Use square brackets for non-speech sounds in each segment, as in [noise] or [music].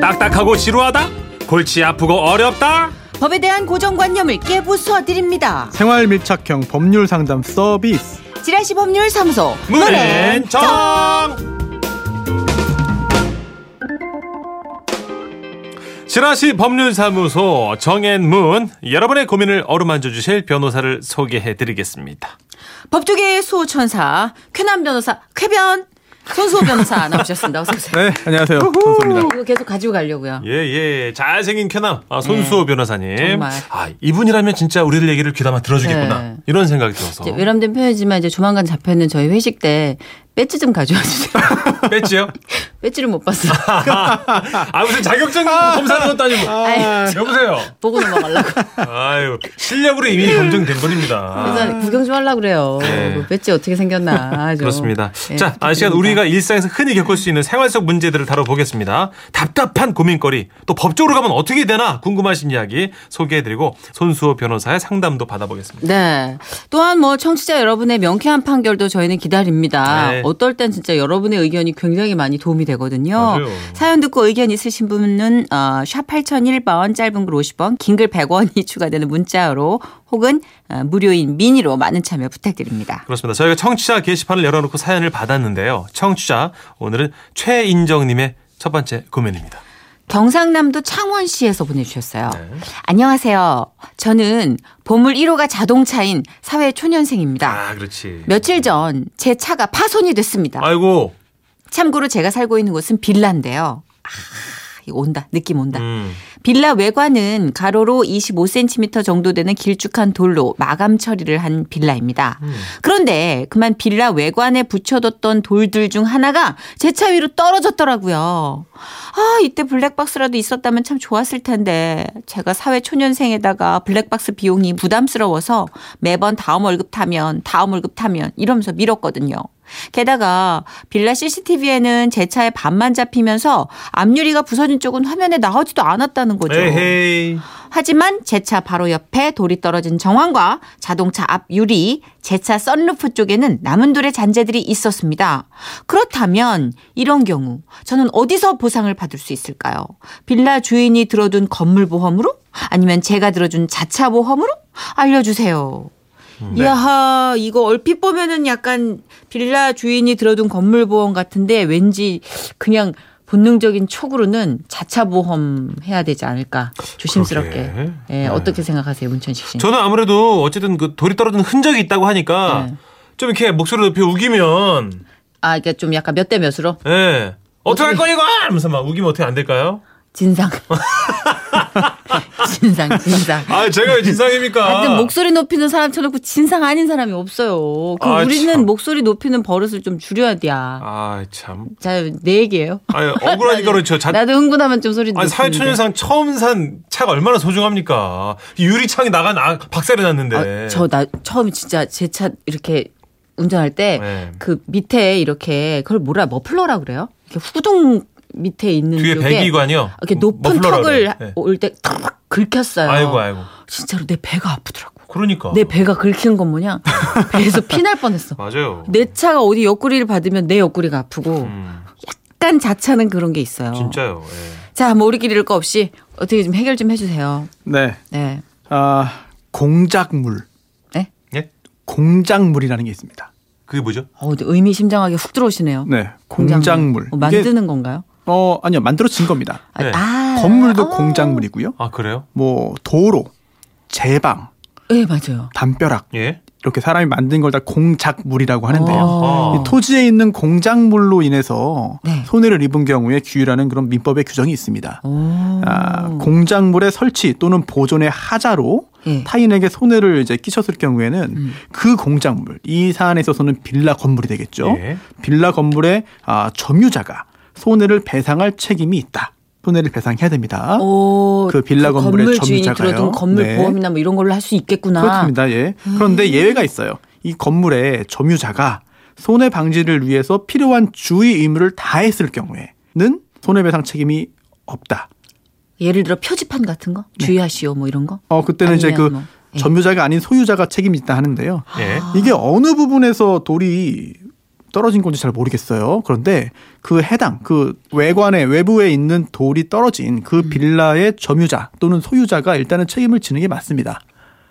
딱딱하고 지루하다? 골치 아프고 어렵다? 법에 대한 고정관념을 깨부숴 드립니다. 생활 밀착형 법률 상담 서비스. 지라시 법률 사무소 문앤정 지라시 법률사무소 정앤문 여러분의 고민을 어루만져 주실 변호사를 소개해 드리겠습니다. 법조계의 수호천사 쾌남 변호사 쾌변 손수호 변호사 나오셨습니다. 어서 오세요. 네, 안녕하세요. 선수입니다. 이거 계속 가지고 가려고요. 예, 예. 잘생긴 쾌남 아, 손수호 변호사님. 음, 정말. 아, 이분이라면 진짜 우리들 얘기를 귀담아 들어주겠구나. 네. 이런 생각이 들어서. 이제 외람된 표현이지만 이제 조만간 잡혀있는 저희 회식 때 배지 좀 가져와 [laughs] 주세요. [laughs] 뺐지요? 배지를 못 봤어요. 아, 무슨 자격증 검사하는 것도 아니고. 뭐. 아이, 여보세요. 보고 넘어가려고. 아유, 실력으로 이미 검증된 분입니다. 그래서 구경 좀 하려고 그래요. 네. 그 배지 어떻게 생겼나. 좀. 그렇습니다. 예, 자, 아, 시간 우리가 일상에서 흔히 겪을 수 있는 생활 속 문제들을 다뤄보겠습니다. 답답한 고민거리, 또 법적으로 가면 어떻게 되나 궁금하신 이야기 소개해드리고 손수호 변호사의 상담도 받아보겠습니다. 네. 또한 뭐 청취자 여러분의 명쾌한 판결도 저희는 기다립니다. 네. 어떨 땐 진짜 여러분의 의견이 굉장히 많이 도움이 되거든요. 맞아요. 사연 듣고 의견 있으신 분은 어, 샵 8001번 짧은 글 50원 긴 글 100원이 [laughs] 추가되는 문자로 혹은 어, 무료인 미니로 많은 참여 부탁드립니다. 그렇습니다. 저희가 청취자 게시판을 열어놓고 사연을 받았는데요. 청취자 오늘은 최인정님의 첫 번째 고민입니다. 경상남도 창원시에서 보내주셨어요. 네. 안녕하세요. 저는 보물 1호가 자동차인 사회 초년생입니다. 아, 그렇지. 며칠 전 제 차가 파손이 됐습니다. 아이고. 참고로 제가 살고 있는 곳은 빌라인데요. 아, 이거 온다. 느낌 온다. 음. 빌라 외관은 가로로 25cm 정도 되는 길쭉한 돌로 마감 처리를 한 빌라입니다. 그런데 그만 빌라 외관에 붙여뒀던 돌들 중 하나가 제 차 위로 떨어졌더라고요. 아, 이때 블랙박스라도 있었다면 참 좋았을 텐데 제가 사회 초년생에다가 블랙박스 비용이 부담스러워서 매번 다음 월급 타면 다음 월급 타면 이러면서 밀었거든요. 게다가 빌라 CCTV에는 제 차의 반만 잡히면서 앞유리가 부서진 쪽은 화면에 나오지도 않았다는 거죠. 네, 에헤이. 하지만 제 차 바로 옆에 돌이 떨어진 정황과 자동차 앞 유리, 제 차 썬루프 쪽에는 남은 돌의 잔재들이 있었습니다. 그렇다면 이런 경우 저는 어디서 보상을 받을 수 있을까요? 빌라 주인이 들어둔 건물 보험으로? 아니면 제가 들어준 자차 보험으로? 알려주세요. 음. 네. 이야, 이거 얼핏 보면은 약간 빌라 주인이 들어둔 건물 보험 같은데 왠지 그냥 본능적인 촉으로는 자차 보험 해야 되지 않을까 조심스럽게. 그러게. 네. 예, 어떻게 생각하세요, 문천식 씨? 저는 아무래도 어쨌든 그 돌이 떨어진 흔적이 있다고 하니까 네. 좀 이렇게 목소리 높이 우기면 아, 그러니까 좀 약간 몇 대 몇으로 예. 어떻게 할 거니, 이거! 하면서 막 우기면 어떻게 안 될까요? [laughs] 진상. 진상, 진상. 아, 제가 왜 진상입니까? 하여튼 목소리 높이는 사람 쳐놓고 진상 아닌 사람이 없어요. 그 아, 우리는 참. 목소리 높이는 버릇을 좀 줄여야 돼. 야 아, 참. 자, 내 얘기예요. 아니, [laughs] 억울하니까 그렇죠. 자, 나도 흥분하면 좀 소리 아니, 사회초년상 처음 산 차가 얼마나 소중합니까? 이 유리창이 나가, 나, 박살이 났는데. 아, 저 나 처음 진짜 제 차 이렇게 운전할 때 그 네. 밑에 이렇게 그걸 뭐라 머플러라 그래요? 이렇게 후둥 밑에 있는 뒤에 쪽에 배기관이요. 음, 이렇게 높은 머플러라 턱을 그래요. 네. 올 때 탁 긁혔어요. 아이고, 아이고. 진짜로 내 배가 아프더라고. 그러니까. 내 배가 긁힌 [laughs] 것 뭐냐? 배에서 피 날 뻔했어. 맞아요. 내 차가 어디 옆구리를 받으면 내 옆구리가 아프고 음, 약간 자차는 그런 게 있어요. 진짜요. 예. 자, 뭐 우리끼리 이럴 거 없이 어떻게 좀 해결 좀 해주세요. 네. 네. 아, 공작물. 네? 예? 공작물이라는 게 있습니다. 그게 뭐죠? 어, 의미심장하게 훅 들어오시네요. 네. 공작물. 어, 이게, 만드는 건가요? 어, 아니요. 만들어진 겁니다. 아, 네. 아. 건물도 아. 공작물이고요. 아, 그래요? 뭐 도로, 제방, 예, 맞아요. 담벼락 예. 이렇게 사람이 만든 걸 다 공작물이라고 하는데요. 어. 어. 이 토지에 있는 공작물로 인해서 네. 손해를 입은 경우에 규율하는 그런 민법의 규정이 있습니다. 오. 아, 공작물의 설치 또는 보존의 하자로 음. 예. 음. 타인에게 손해를 이제 끼쳤을 경우에는 그 공작물 이 사안에 있어서는 빌라 건물이 되겠죠. 예. 빌라 건물의 아, 점유자가 손해를 배상할 책임이 있다. 손해를 배상해야 됩니다. 어, 오, 그 빌라 건물의 건물 주인이 점유자가요. 들어둔 건물 네. 보험이나 뭐 이런 걸로 할 수 있겠구나. 음. 그렇습니다. 예. 그런데 예외가 있어요. 이 건물의 점유자가 손해 방지를 위해서 필요한 주의 의무를 다했을 경우에는 손해배상 책임이 없다. 예를 들어 표지판 같은 거 네. 주의하시오 뭐 이런 거. 어 그때는 이제 아니면 그 뭐, 예. 점유자가 아닌 소유자가 책임있다 하는데요. 예. 이게 어느 부분에서 돌이 떨어진 건지 잘 모르겠어요. 그런데 그 해당 그 외관에 외부에 있는 돌이 떨어진 그 음. 빌라의 점유자 또는 소유자가 일단은 책임을 지는 게 맞습니다.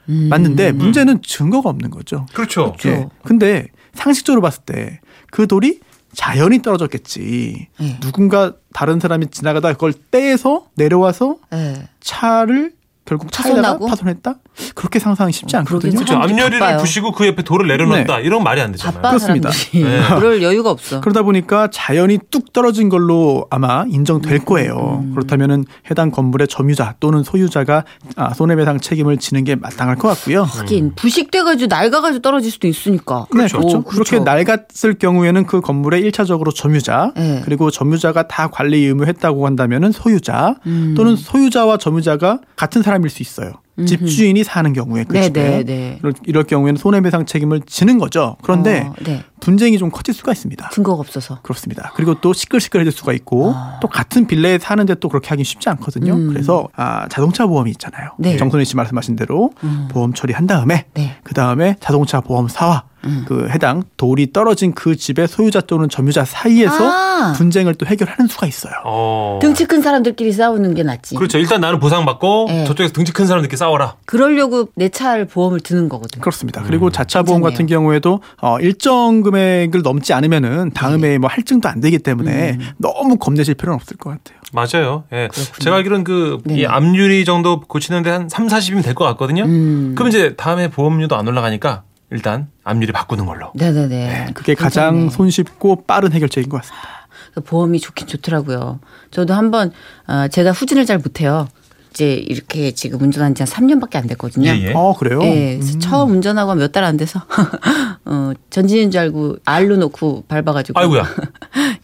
맞는데 문제는 증거가 없는 거죠. 그렇죠. 음. 그렇죠. 예. 근데 상식적으로 봤을 때 그 돌이 자연히 떨어졌겠지. 예. 누군가 다른 사람이 지나가다 그걸 떼서 내려와서 예. 차를 결국 차에다가 파손하고? 어, 파손했다? 그렇게 상상이 쉽지 않거든요. 그러긴 그렇죠. 사람들이 앞유리를 바빠요. 네. 부시고 그 옆에 돌을 내려놨다. 이런 말이 안 되잖아요. 바빠 [laughs] 그렇습니다. 사람들이 네. 그럴 여유가 없어. 그러다 보니까 자연이 뚝 떨어진 걸로 아마 인정될 거예요. 그렇다면은 해당 건물의 점유자 또는 소유자가 아, 손해배상 책임을 지는 게 마땅할 것 같고요. 네. 하긴 부식돼가지고 낡아가지고 떨어질 수도 있으니까. 음. 그렇죠. 오, 그렇게 낡았을 경우에는 그 건물의 일차적으로 점유자 네. 그리고 점유자가 다 관리 의무했다고 한다면은 소유자 또는 소유자와 점유자가 같은 사람일 수 있어요. 집주인이 사는 경우에 그 네, 네, 집에 네. 이럴- 이럴 경우에는 손해배상 책임을 지는 거죠. 그런데 어, 네. 분쟁이 좀 커질 수가 있습니다. 증거가 없어서. 그렇습니다. 그리고 또 시끌시끌해질 수가 있고 아. 또 같은 빌라에 사는데 또 그렇게 하긴 쉽지 않거든요. 그래서 아, 자동차 보험이 있잖아요. 음. 네. 음. 정선희 씨 말씀하신 대로 보험 처리한 다음에 네. 음. 그 다음에 자동차 보험사와 그 해당 돌이 떨어진 그 집의 소유자 또는 점유자 사이에서 아. 분쟁을 또 해결하는 수가 있어요. 어. 등치 큰 사람들끼리 싸우는 게 낫지. 그렇죠. 일단 나는 보상받고 예. 저쪽에서 등치 큰 사람들끼리 싸워라. 그러려고 내 차를 보험을 드는 거거든. 그렇습니다. 그리고 자차 음. 보험 괜찮네요. 같은 경우에도 어, 일정 금액을 넘지 않으면은 다음에 네. 뭐 할증도 안 되기 때문에 음. 너무 겁내실 필요는 없을 것 같아요. 맞아요. 예. 그렇군요. 제가 알기로는 그, 네. 이 앞유리 정도 고치는데 한 3, 40이면 될 것 같거든요. 음. 그럼 이제 다음에 보험료도 안 올라가니까 일단 앞유리 바꾸는 걸로. 네네네. 그렇죠. 그게 네. 가장 손쉽고 빠른 해결책인 것 같습니다. 그 보험이 좋긴 좋더라고요. 저도 한번 어, 제가 후진을 잘 못해요. 이제 이렇게 지금 운전한 지 한 3년밖에 안 됐거든요. 예, 예. 어 그래요? 예, 그래서 처음 운전하고 몇 달 안 돼서 [laughs] 어, 전진인 줄 알고 알로 놓고 밟아가지고 아이고야.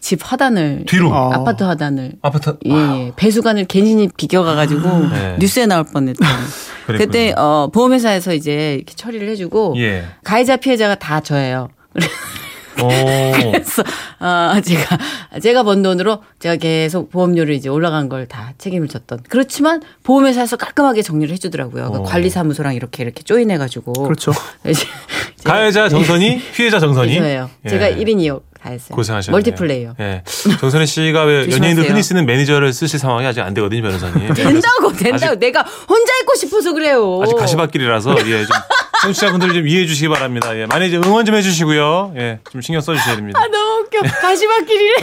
[laughs] 집 하단을 뒤로. 어. 아파트 하단을 아파트. 예, 예. 배수관을 괜히 비껴가가지고 네. 뉴스에 나올 뻔했던. [laughs] 그랬군요. 그때 어, 보험회사에서 이제 이렇게 처리를 해주고 예. 가해자 피해자가 다 저예요. 오. 그래서 아, [laughs] 제가 제가 번 돈으로 제가 계속 보험료를 이제 올라간 걸 다 책임을 졌던. 그렇지만 보험회사에서 깔끔하게 정리를 해주더라고요. 그러니까 어. 관리사무소랑 이렇게 이렇게 조인해가지고. 그렇죠. [laughs] 이제 [laughs] 제가 가해자 정선이, [laughs] 피해자 정선이. 저예요. 제가 1인 2역 다 했어요. 고생하셨네요. 멀티플레이어. 예. 정선희 씨가 [laughs] 왜 연예인들 조심하세요. 흔히 쓰는 매니저를 쓰실 상황이 아직 안 되거든요, 변호사님. [laughs] 된다고 된다고 내가 혼자 있고 싶어서 그래요. 예. 아직 가시밭길이라서 예, 좀 [laughs] 청취자분들 좀 이해해 주시기 바랍니다. 예, 많이 좀 응원 좀 해주시고요. 예, 좀 신경 써주셔야 됩니다. 아, 너무 웃겨. [laughs] 가시밭길이래.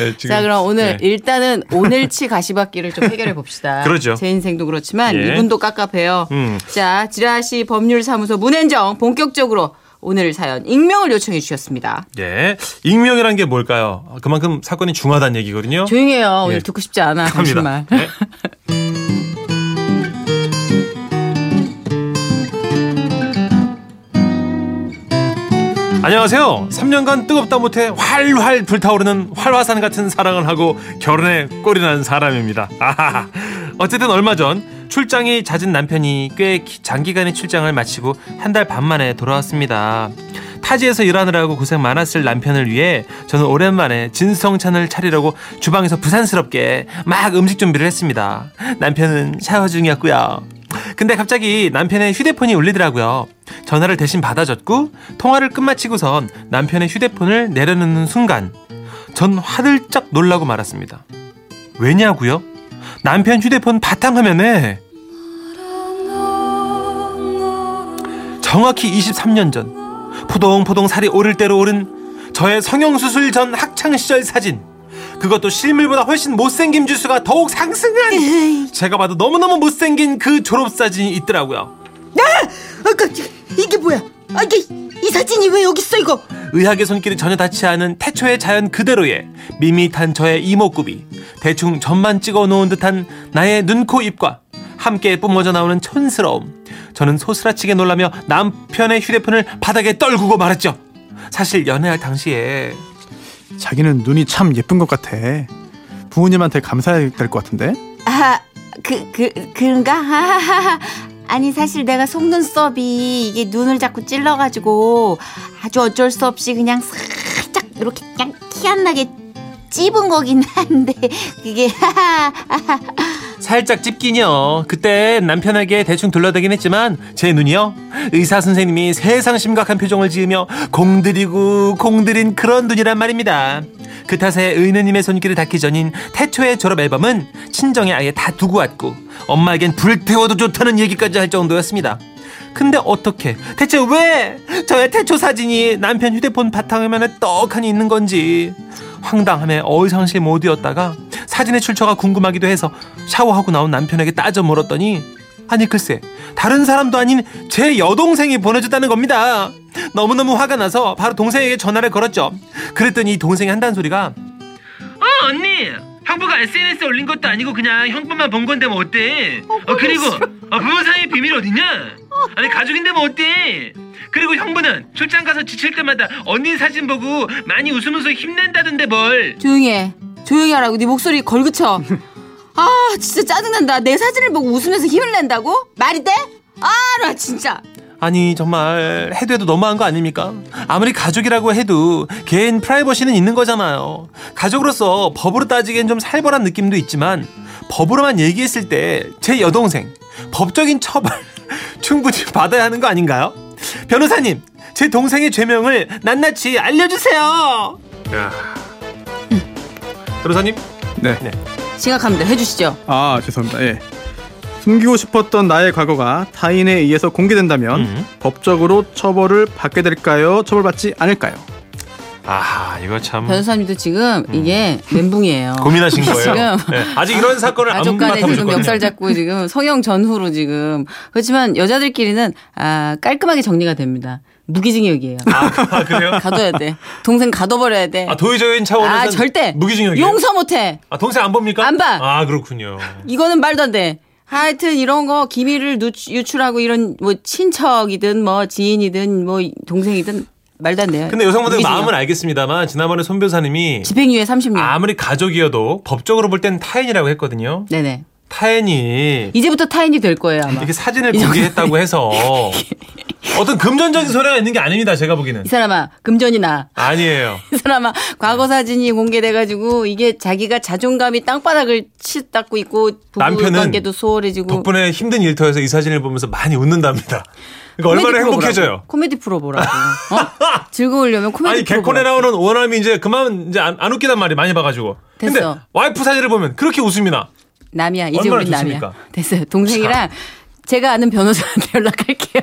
예, 지금, 자, 그럼 오늘 예. 일단은 [laughs] 오늘치 가시밭길을 좀 해결해 봅시다. 그러죠. 제 인생도 그렇지만 예. 이분도 깝깝해요. 음. 자, 지라시 법률사무소 문현정 본격적으로 오늘 사연 익명을 요청해 주셨습니다. 예, 익명이란 게 뭘까요? 아, 그만큼 사건이 중하다는 얘기거든요. 조용해요. 예. 오늘 듣고 싶지 않아. 당신 말. [laughs] 갑니다. 예. 안녕하세요. 3년간 뜨겁다 못해 활활 불타오르는 활화산 같은 사랑을 하고 결혼에 꼴이 난 사람입니다. 아하하. 어쨌든 얼마 전 출장이 잦은 남편이 꽤 기- 장기간의 출장을 마치고 한 달 반 만에 돌아왔습니다. 타지에서 일하느라고 고생 많았을 남편을 위해 저는 오랜만에 진성찬을 차리려고 주방에서 부산스럽게 막 음식 준비를 했습니다. 남편은 샤워 중이었고요. 근데 갑자기 남편의 휴대폰이 울리더라고요. 전화를 대신 받아줬고 통화를 끝마치고선 남편의 휴대폰을 내려놓는 순간 전 화들짝 놀라고 말았습니다. 왜냐고요? 남편 휴대폰 바탕화면에 정확히 23년 전 포동포동 살이 오를 대로 오른 저의 성형수술 전 학창시절 사진 그것도 실물보다 훨씬 못생김 지수가 더욱 상승한 제가 봐도 너무너무 못생긴 그 졸업사진이 있더라고요 아까 이게 뭐야? 아 이게 이 사진이 왜 여기 있어 이거? 의학의 손길이 전혀 닿지 않은 태초의 자연 그대로의 밋밋한 저의 이목구비 대충 점만 찍어 놓은 듯한 나의 눈, 코, 입과 함께 뿜어져 나오는 촌스러움 저는 소스라치게 놀라며 남편의 휴대폰을 바닥에 떨구고 말았죠 사실 연애할 당시에 자기는 눈이 참 예쁜 것 같아. 부모님한테 감사해야 될 것 같은데. 아그그 그, 런가 하하하. 아니 사실 내가 속눈썹이 이게 눈을 자꾸 찔러가지고 아주 어쩔 수 없이 그냥 살짝 이렇게 그냥 [laughs] 키 안 나게 찝은 거긴 한데 그게 하하. 살짝 찝긴요. 그때 남편에게 대충 둘러대긴 했지만 제 눈이요. 의사 선생님이 세상 심각한 표정을 지으며 공들이고 공들인 그런 눈이란 말입니다. 그 탓에 의느님의 손길을 닿기 전인 태초의 졸업 앨범은 친정에 아예 다 두고 왔고 엄마에겐 불태워도 좋다는 얘기까지 할 정도였습니다. 근데 어떻게 대체 왜 저의 태초 사진이 남편 휴대폰 바탕화면에 떡하니 있는 건지 황당함에 어의상실 모드였다가 사진의 출처가 궁금하기도 해서 샤워하고 나온 남편에게 따져 물었더니 아니 글쎄 다른 사람도 아닌 제 여동생이 보내줬다는 겁니다 너무너무 화가 나서 바로 동생에게 전화를 걸었죠 그랬더니 동생이 한단 소리가 어 언니 형부가 SNS에 올린 것도 아니고 그냥 형부만 본 건데 뭐 어때 어 그리고 어, 부부 사이의 비밀 어딨냐 아니 가족인데 뭐 어때 그리고 형부는 출장 가서 지칠 때마다 언니 사진 보고 많이 웃으면서 힘낸다던데 뭘 조용히 해. 조용히 하라고 네 목소리 [laughs] 걸그쳐. 아 진짜 짜증난다. 내 사진을 보고 웃으면서 힘을 낸다고? 말이 돼? 아나 진짜. 아니 정말 해도 해도 너무한 거 아닙니까? 아무리 가족이라고 해도 개인 프라이버시는 있는 거잖아요. 가족으로서 법으로 따지기엔 좀 살벌한 느낌도 있지만 법으로만 얘기했을 때 제 여동생 법적인 처벌 [laughs] 충분히 받아야 하는 거 아닌가요? 변호사님 제 동생의 죄명을 낱낱이 알려주세요. 변호사님 네. 지각합니다. 해주시죠. 아 죄송합니다. 예. 숨기고 싶었던 나의 과거가 타인에 의해서 공개된다면 음. 법적으로 처벌을 받게 될까요? 처벌받지 않을까요? 아 이거 참 변호사님도 지금 이게 멘붕이에요. 음. 고민하신 거예요. 지금 네, 아직 이런 사건을 안 가족 간에 지금 맡아보셨거든요. 멱살 잡고 지금 성형 전후로 지금 그렇지만 여자들끼리는 아 깔끔하게 정리가 됩니다. [laughs] 무기징역이에요. 아 그래요? 가둬야 돼. 동생 가둬버려야 돼. 아 도의적인 차원에서 아 절대 무기징역이에요. 용서 못해. 아 동생 안 봅니까? 안 봐. 아 그렇군요. 이거는 말도 안 돼. 하여튼 이런 거 기밀을 누추- 유출하고 이런 뭐 친척이든 뭐 지인이든 뭐 동생이든 말도 안 돼요. [laughs] 근데 여성분들 무기징역. 마음은 알겠습니다만 지난번에 손 변사님이 [laughs] 집행유예 36. 아무리 가족이어도 법적으로 볼 땐 타인이라고 했거든요. 네네. 타인이 이제부터 타인이 될 거예요 아마. 이렇게 사진을 공개했다고 [laughs] 해서 어떤 금전적인 소리가 있는 게 아닙니다. 제가 보기에는 이 사람아 금전이 나. [laughs] 아니에요. 이 사람아 과거 사진이 공개돼가지고 이게 자기가 자존감이 땅바닥을 치닫고 있고 부부 남편은 관계도 소홀해지고 덕분에 힘든 일터에서 이 사진을 보면서 많이 웃는답니다. 그러니까 코미디 얼마나 프로 보라고. 행복해져요. 코미디 프로 보라고. 어? 즐거우려면 코미디 아니 프로 개콘에 보라고. 나오는 원암이 이제 그만 이제 안, 안 웃기단 말이 많이 봐가지고. 됐어. 근데 와이프 사진을 보면 그렇게 웃습니다. 남이야. 이제 얼마나 우린 남이야. 좋습니까? [laughs] 됐어요. 동생이랑 제가 아는 변호사한테 연락할게요.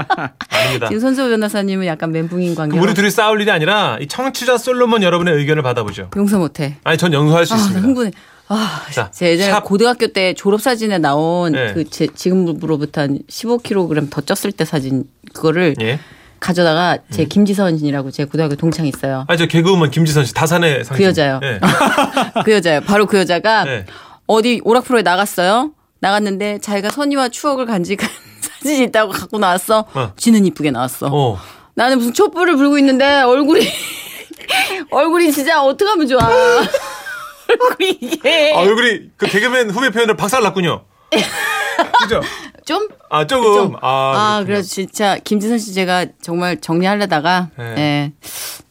[laughs] 아닙니다. 지금 손수호 변호사님은 약간 멘붕인 관계. 우리 둘이 싸울 일이 아니라 이 청취자 솔로몬 여러분의 의견을 받아보죠. 용서 못해. 아니 전 연구할 수 아, 나 있습니다. 흥분해. 아, 자, 제 예전에 샵. 고등학교 때 졸업사진에 나온 네. 그 제, 지금으로부터 한 15kg 더 쪘을 때 사진 그거를 예. 음. 가져다가 제 김지선이라고 제 고등학교 동창 있어요. 아저 개그우먼 김지선 씨 다산의 상징. 그 여자요. 예. [laughs] 그 여자예요. 바로 그 여자가 네. 어디 오락 프로에 나갔어요. 나갔는데 자기가 선의와 추억을 간직한 [laughs] 사진이 있다고 갖고 나왔어. 어. 지는 이쁘게 나왔어. 어. 나는 무슨 촛불을 불고 있는데 얼굴이 [laughs] 얼굴이 진짜 어떻게 하면 좋아. [laughs] 얼굴이 이게 아, 얼굴이 그 개그맨 후배 표현을 [laughs] 박살났군요. 그죠? 좀 아 조금. 좀. 아, 아, 그래서 진짜 김지선 씨 제가 정말 정리하려다가 네.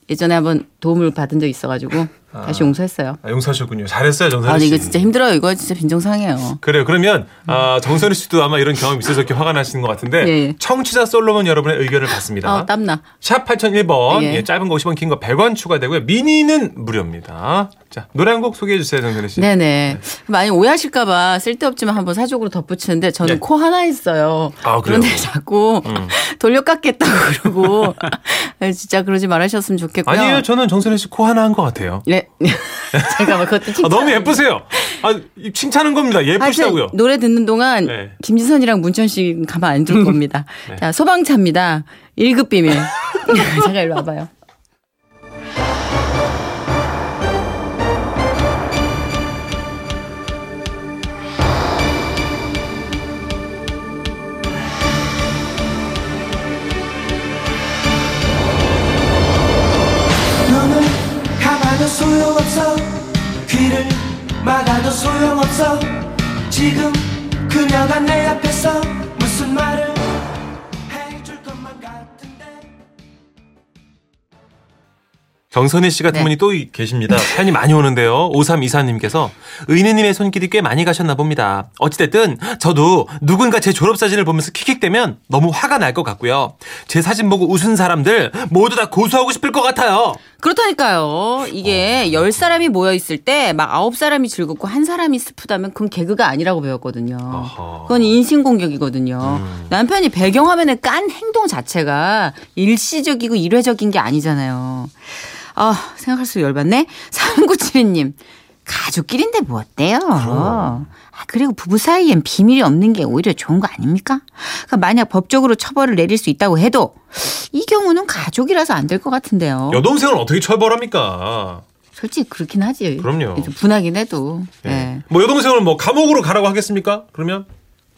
예, 전에 한번 도움을 받은 적이 있어가지고 다시 용서했어요. 아, 용서하셨군요. 잘했어요 정선희 그- 아, 씨. 근데 이거 진짜 힘들어요. 이거 진짜 빈정상해요. 그래요. 그러면 아, 정선희 씨도 아마 이런 경험 이 있어서 이렇게 화가 나시는 것 같은데 예. 청취자 솔로몬 여러분의 의견을 받습니다. 아, 땀나. 샵 8001번 예. 예, 짧은 거 50원 긴 거 100원 추가되고요. 미니는 무료입니다. 자 노래 한 곡 소개해 주세요 정선희 씨. 네네. 많이 오해하실까봐 쓸데없지만 한번 사족으로 덧붙이는데 저는 예. 코 하나 있어요. 아, 그래요? 음. 그런데 자꾸 [laughs] 돌려깎겠다고 그러고 네, 진짜 그러지 말하셨으면 좋겠고요. 아니에요. 저는 정선희 씨 코 하나 한 것 같아요. 네. [laughs] 잠깐만 그것도 칭찬. 아, 너무 예쁘세요. 아, 이 칭찬한 겁니다. 예쁘시다고요. 하여튼 노래 듣는 동안 네. 김지선이랑 문천 씨 가만 [laughs] 안둘 겁니다. 자, 소방차입니다. 1급 비밀. 잠깐 일로 와봐요. 눈을 감아도 소용없어 귀를 막아도 소용없어 지금 그녀가 내 앞에서 무슨 말을 해줄 것만 같은데 정선희 씨 같은 네. 분이 또 이- 계십니다. 사연이 많이 오는데요. 5324님께서 은희님의 손길이 꽤 많이 가셨나 봅니다. 어찌됐든 저도 누군가 제 졸업사진을 보면서 킥킥대면 너무 화가 날 것 같고요. 제 사진 보고 웃은 사람들 모두 다 고소하고 싶을 것 같아요. 그렇다니까요. 이게 열 사람이 모여 있을 때 막 아홉 사람이 즐겁고 한 사람이 슬프다면 그건 개그가 아니라고 배웠거든요. 어허. 그건 인신공격이거든요. 남편이 배경화면에 깐 행동 자체가 일시적이고 일회적인 게 아니잖아요. 아, 생각할수록 열받네. 3972님. 가족끼리인데 뭐 어때요? 아, 그리고 부부 사이엔 비밀이 없는 게 오히려 좋은 거 아닙니까? 그러니까 만약 법적으로 처벌을 내릴 수 있다고 해도 이 경우는 가족이라서 안 될 것 같은데요. 여동생은 어떻게 처벌합니까? 솔직히 그렇긴 하지. 그럼요. 좀 분하긴 해도. 예. 예. 뭐 여동생은 뭐 감옥으로 가라고 하겠습니까? 그러면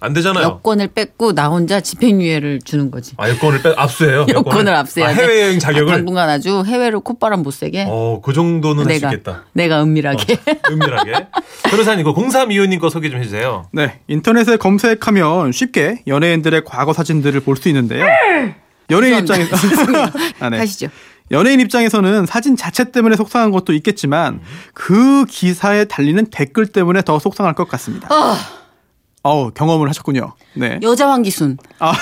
안 되잖아요. 여권을 뺏고 나 혼자 집행유예를 주는 거지. 아 여권을 빼 압수해요. 여권을 압수해야 아, 돼. 해외여행 아, 자격을. 당분간 아주 해외로 콧바람 못 세게. 어그 정도는 할 수 예. 내가 있겠다. 어. 내가 은밀하게. 은밀하게. 변호사님 그 0325님 거 소개 좀 해주세요. 네, 인터넷에 검색하면 쉽게 연예인들의 과거 사진들을 볼 수 있는데요. 음. 연예인 입장에서 [laughs] 아, 네. 하시죠. 연예인 입장에서는 사진 자체 때문에 속상한 것도 있겠지만 그 기사에 달리는 댓글 때문에 더 속상할 것 같습니다. 어우, 경험을 하셨군요. 네. 아, 여자 황기순. 아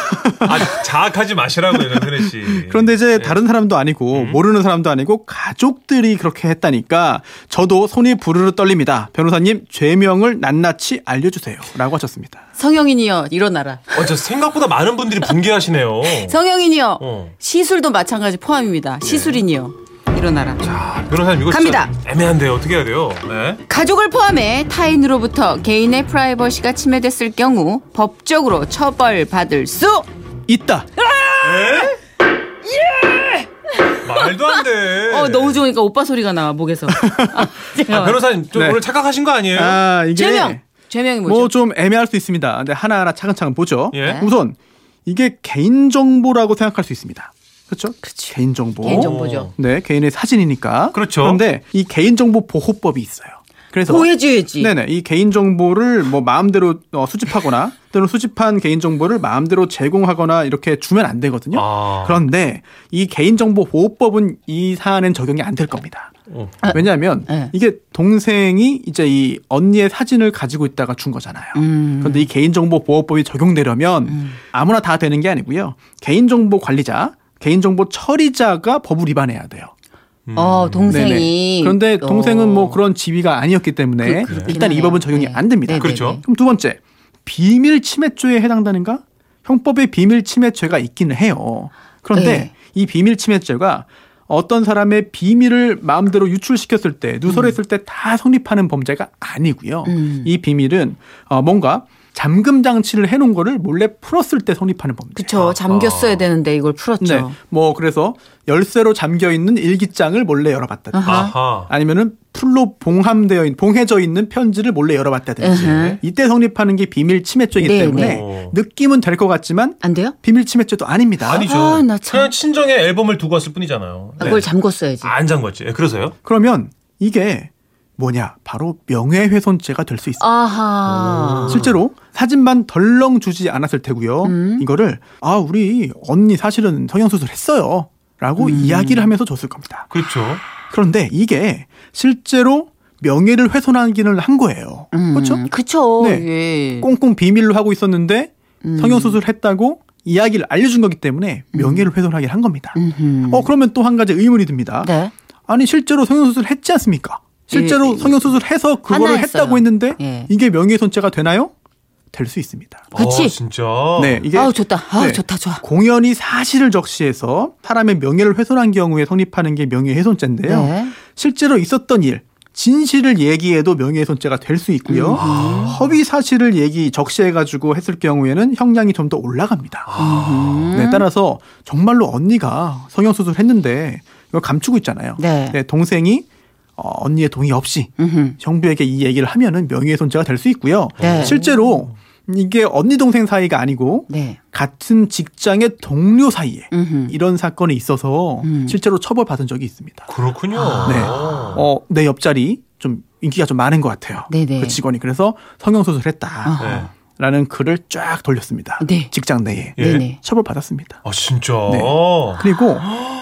자학하지 마시라고요, 전선혜 씨. 그런데 이제 예. 다른 사람도 아니고 모르는 사람도 아니고 가족들이 그렇게 했다니까 저도 손이 부르르 떨립니다. 변호사님 죄명을 낱낱이 알려주세요라고 하셨습니다. 성형인이여 일어나라. 어, 저 생각보다 많은 분들이 분개하시네요. 성형인이여 어. 예. 시술도 마찬가지 포함입니다. 시술인이여 일어나라. 자, 변호사님 이거 갑니다. 진짜 애매한데요. 어떻게 해야 돼요? 네. 가족을 포함해 타인으로부터 개인의 프라이버시가 침해됐을 경우 법적으로 처벌받을 수 있다. 말도 안 돼. 네. 어 너무 좋으니까 오빠 소리가 나와 [laughs] 목에서. 아, 아, 잠깐만. 변호사님 좀 네. 오늘 착각하신 거 아니에요? 아 이게 죄명 죄명이 뭐죠? 뭐 좀 애매할 수 있습니다. 근데 하나하나 차근차근 보죠. 예. 우선 이게 개인 정보라고 생각할 수 있습니다. 그렇죠? 개인 정보. 개인 정보죠. 네, 개인의 사진이니까. 그렇죠. 그런데 이 개인 정보 보호법이 있어요. 그래서 보여줘야지. 네네 이 개인 정보를 뭐 마음대로 어, 수집하거나 또는 수집한 개인 정보를 마음대로 제공하거나 이렇게 주면 안 되거든요. 아. 그런데 이 개인 정보 보호법은 이 사안엔 적용이 안 될 겁니다. 어. 왜냐하면 네. 이게 동생이 이제 이 언니의 사진을 가지고 있다가 준 거잖아요. 음. 그런데 이 개인 정보 보호법이 적용되려면 아무나 다 되는 게 아니고요. 개인 정보 관리자, 개인 정보 처리자가 법을 위반해야 돼요. 어 음, 네네. 동생이. 그런데 동생은 어. 뭐 그런 지위가 아니었기 때문에 그- 그렇긴 일단 이 하네요. 법은 적용이 네. 안 됩니다. 네네네. 그렇죠. 그럼 두 번째 비밀 침해죄에 해당되는가? 형법에 비밀 침해죄가 있기는 해요. 그런데 네. 이 비밀 침해죄가 어떤 사람의 비밀을 마음대로 유출시켰을 때 누설했을 때 다 성립하는 범죄가 아니고요. 음. 이 비밀은 어, 뭔가 잠금 장치를 해놓은 거를 몰래 풀었을 때 성립하는 범죄. 어, 그쵸 잠겼어야 되는데 이걸 풀었죠. 아, 네. 뭐 그래서 열쇠로 잠겨 있는 일기장을 몰래 열어봤다든지 아하. 아니면은 풀로 봉함되어 있는 봉해져 있는 편지를 몰래 열어봤다든지 으흠. 이때 성립하는 게 비밀 침해죄이기 네, 때문에 네. 느낌은 될 것 같지만 안 돼요? 비밀 침해죄도 아닙니다. 아니죠. 아, 나 참. 그냥 친정에 앨범을 두고 왔을 뿐이잖아요. 네. 아, 그걸 잠궜어야지. 안 잠궜지. 예, 그러세요? 그러면 이게 뭐냐 바로 명예훼손죄가 될 수 있습니다. 아하. 실제로 사진만 덜렁 주지 않았을 테고요. 음. 이거를 아 우리 언니 사실은 성형수술 음. 했어요라고 이야기를 하면서 줬을 겁니다. 그렇죠. 그런데 이게 실제로 명예를 훼손하기는 한 거예요. 그렇죠? 음, 그쵸. 네. 예. 꽁꽁 비밀로 하고 있었는데 음. 성형수술 했다고 이야기를 알려준 거기 때문에 명예를 훼손하긴 한 겁니다. 어 그러면 또 한 가지 의문이 듭니다. 네. 아니 실제로 성형수술 했지 않습니까? 실제로 예, 예. 성형수술 해서 그거를 하나였어요. 했다고 했는데 예. 이게 명예훼손죄가 되나요? 될 수 있습니다. 그치? 어, 진짜. 네, 이게 아우 좋다. 아우 네. 좋다 좋아. 공연이 사실을 적시해서 사람의 명예를 훼손한 경우에 성립하는 게 명예훼손죄인데요. 네. 실제로 있었던 일, 진실을 얘기해도 명예훼손죄가 될 수 있고요. 음. 허위 사실을 얘기 적시해가지고 했을 경우에는 형량이 좀 더 올라갑니다. 아. 네, 따라서 정말로 언니가 성형수술 했는데 이걸 감추고 있잖아요. 네. 동생이 어, 언니의 동의 없이 음흠. 정부에게 이 얘기를 하면은 명예훼손죄가 될 수 있고요. 네. 실제로 이게 언니 동생 사이가 아니고 네. 같은 직장의 동료 사이에 음흠. 음. 이런 사건이 있어서 실제로 처벌받은 적이 있습니다. 그렇군요. 네. 어, 내 옆자리 좀 인기가 좀 많은 것 같아요. 아. 네네. 그 직원이 그래서 성형수술했다. 네. 라는 글을 쫙 돌렸습니다. 네. 직장 내에 예. 네네. 처벌받았습니다. 아 진짜. 네. 그리고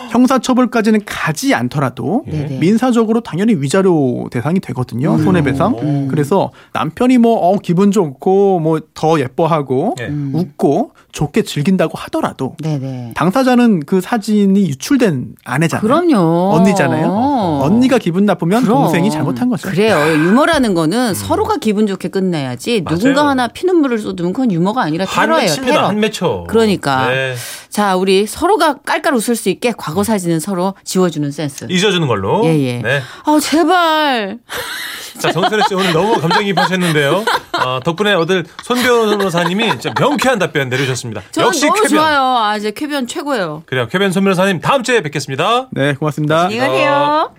형사처벌까지는 가지 않더라도 예. 아. 네네. 민사적으로 당연히 위자료 대상이 되거든요. 손해배상. 음. 그래서 남편이 뭐 어, 기분 좋고 뭐 더 예뻐하고 예. 웃고 좋게 즐긴다고 하더라도 네네. 당사자는 그 사진이 유출된 아내잖아요. 그럼요. 언니잖아요. 어. 언니가 기분 나쁘면 그럼. 동생이 잘못한 거죠. 그래요. 유머라는 거는 서로가 기분 좋게 끝내야지 음. 맞아요. 누군가 하나 피눈물을 쏟으면 그건 유머가 아니라 한 테러예요. 매치입니다. 테러. 한 매쳐. 그러니까. 네. 자, 우리 서로가 깔깔 웃을 수 있게 과거 사진은 서로 지워주는 센스. 잊어주는 걸로. 예, 예. 네. 아, 제발. 자, 정선혜 씨 오늘 너무 감정이입하셨는데요. 어, 덕분에 오늘 손 변호사님이 진짜 명쾌한 답변 내려주셨습니다. 저는 역시 너무 쾌변. 좋아요. 아, 이제 쾌변 최고예요. 그래요. 쾌변 손 변호사님 다음 주에 뵙겠습니다. 예. 네, 고맙습니다. 안녕히 가세요.